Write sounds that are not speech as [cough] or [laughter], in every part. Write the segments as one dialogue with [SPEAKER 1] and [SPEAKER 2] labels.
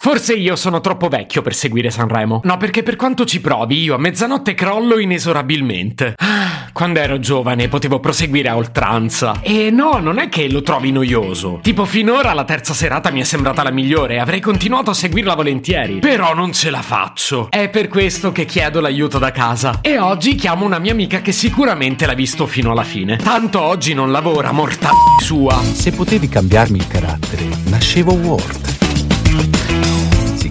[SPEAKER 1] Forse io sono troppo vecchio per seguire Sanremo. No, perché per quanto ci provi, io a mezzanotte crollo inesorabilmente. Ah, Quando ero giovane potevo proseguire a oltranza. E no, non è che lo trovi noioso. Tipo, finora la terza serata mi è sembrata la migliore e avrei continuato a seguirla volentieri. Però non ce la faccio. È per questo che chiedo l'aiuto da casa. E oggi chiamo una mia amica che sicuramente l'ha visto fino alla fine. Tanto oggi non lavora, morta sua.
[SPEAKER 2] Se potevi cambiarmi il carattere, nascevo Ward. Si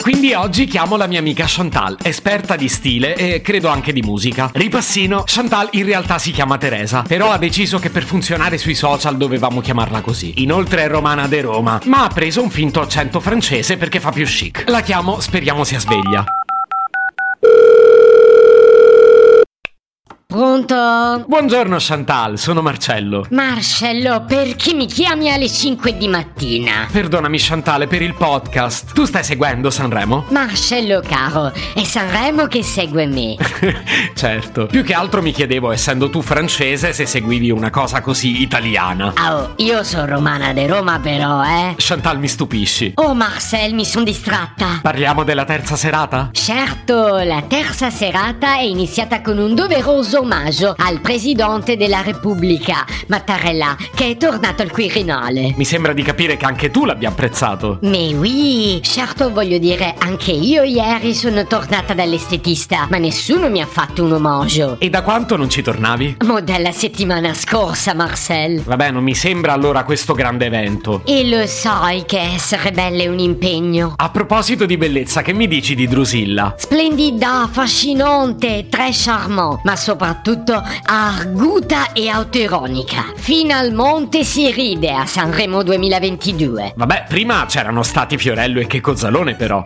[SPEAKER 1] Quindi oggi chiamo la mia amica Chantal, esperta di stile e credo anche di musica. Ripassino, Chantal in realtà si chiama Teresa, però ha deciso che per funzionare sui social dovevamo chiamarla così. Inoltre è romana de Roma, ma ha preso un finto accento francese perché fa più chic. La chiamo, speriamo sia sveglia.
[SPEAKER 3] Pronto?
[SPEAKER 1] Buongiorno Chantal, sono Marcello.
[SPEAKER 3] Marcello, perché mi chiami alle 5 di mattina?
[SPEAKER 1] Perdonami Chantal per il podcast. Tu stai seguendo Sanremo? [laughs]
[SPEAKER 3] Marcello caro, è Sanremo che segue me.
[SPEAKER 1] certo. Più che altro mi chiedevo, essendo tu francese, se seguivi una cosa così italiana.
[SPEAKER 3] Oh, io sono romana de Roma però, eh.
[SPEAKER 1] Chantal mi stupisci.
[SPEAKER 3] Oh Marcel, mi sono distratta.
[SPEAKER 1] Parliamo della terza serata?
[SPEAKER 3] Certo, la terza serata è iniziata con un doveroso omaggio al Presidente della Repubblica, Mattarella, che è tornato al Quirinale.
[SPEAKER 1] Mi sembra di capire che anche tu l'abbia apprezzato.
[SPEAKER 3] Mais oui, certo voglio dire, anche io ieri sono tornata dall'estetista, ma nessuno mi ha fatto un omaggio.
[SPEAKER 1] E da quanto non ci tornavi?
[SPEAKER 3] Mo dalla settimana scorsa, Marcel.
[SPEAKER 1] Vabbè, non mi sembra allora questo grande evento.
[SPEAKER 3] E lo sai che essere bella è un impegno.
[SPEAKER 1] A proposito di bellezza, che mi dici di Drusilla?
[SPEAKER 3] Splendida, affascinante, très charmant, ma soprattutto arguta e autoironica. Finalmente si ride a Sanremo 2022.
[SPEAKER 1] Vabbè, prima c'erano stati Fiorello e Checozzalone però.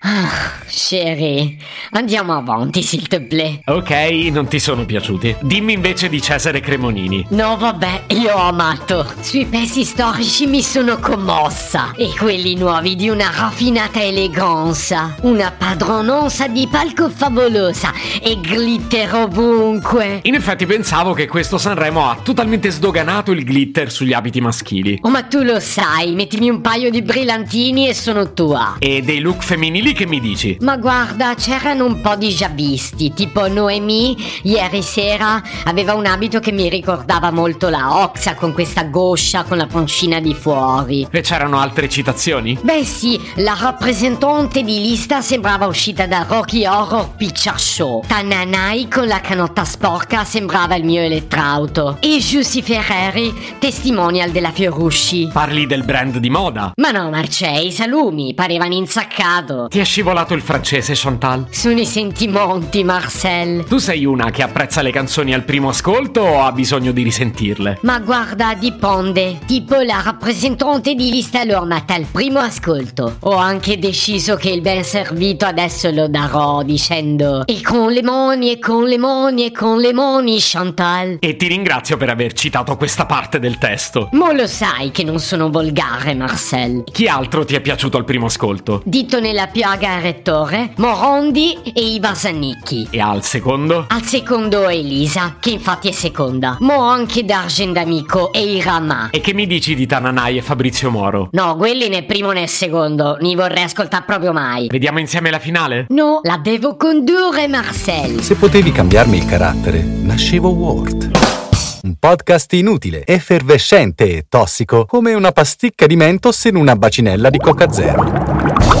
[SPEAKER 3] Ah, Chérie, andiamo avanti, s'il te plaît.
[SPEAKER 1] Ok, non ti sono piaciuti. Dimmi invece di Cesare Cremonini.
[SPEAKER 3] No, vabbè, io ho amato. Sui pezzi storici mi sono commossa. E quelli nuovi di una raffinata eleganza. Una padronanza di palco favolosa. E glitter ovunque.
[SPEAKER 1] In effetti pensavo che questo Sanremo ha totalmente sdoganato il glitter sugli abiti maschili.
[SPEAKER 3] Oh, ma tu lo sai, mettimi un paio di brillantini e sono tua.
[SPEAKER 1] E dei look femminili che mi dici?
[SPEAKER 3] Ma guarda, c'erano un po' di giabisti, tipo Noemi ieri sera aveva un abito che mi ricordava molto la Oxa con questa goscia con la pancina di fuori.
[SPEAKER 1] E c'erano altre citazioni?
[SPEAKER 3] Beh sì, la rappresentante di lista sembrava uscita da Rocky Horror Picture Show. Tananai con la canotta sporca sembrava il mio elettrauto. E Giussi Ferreri, testimonial della Fiorucci.
[SPEAKER 1] Parli del brand di moda.
[SPEAKER 3] Ma no, Marcei, i salumi parevano inzaccato.
[SPEAKER 1] Ti è scivolato il francese, Chantal?
[SPEAKER 3] Sono i sentimenti, Marcel.
[SPEAKER 1] Tu sei una che apprezza le canzoni al primo ascolto o ha bisogno di risentirle?
[SPEAKER 3] Ma guarda, dipende. Tipo la rappresentante di lista l'ho amata al primo ascolto. Ho anche deciso che il ben servito adesso lo darò dicendo E con le moni, e con le moni, e con le moni, Chantal.
[SPEAKER 1] E ti ringrazio per aver citato questa parte del testo.
[SPEAKER 3] Mo lo sai che non sono volgare, Marcel.
[SPEAKER 1] Chi altro ti è piaciuto al primo ascolto?
[SPEAKER 3] Dito nella piaga Rettore, Morondi e Iva Zannicchi.
[SPEAKER 1] E al secondo?
[SPEAKER 3] Al secondo Elisa, che infatti è seconda. Mo anche Dargen d'Amico e Irama.
[SPEAKER 1] E che mi dici di Tananai e Fabrizio Moro?
[SPEAKER 3] No, quelli né primo né secondo, ni vorrei ascoltare proprio mai.
[SPEAKER 1] Vediamo insieme la finale?
[SPEAKER 3] No, la devo condurre Marcel.
[SPEAKER 2] Se potevi cambiarmi il carattere, nascevo Ward. Un podcast inutile, effervescente e tossico, come una pasticca di mentos in una bacinella di Coca Zero.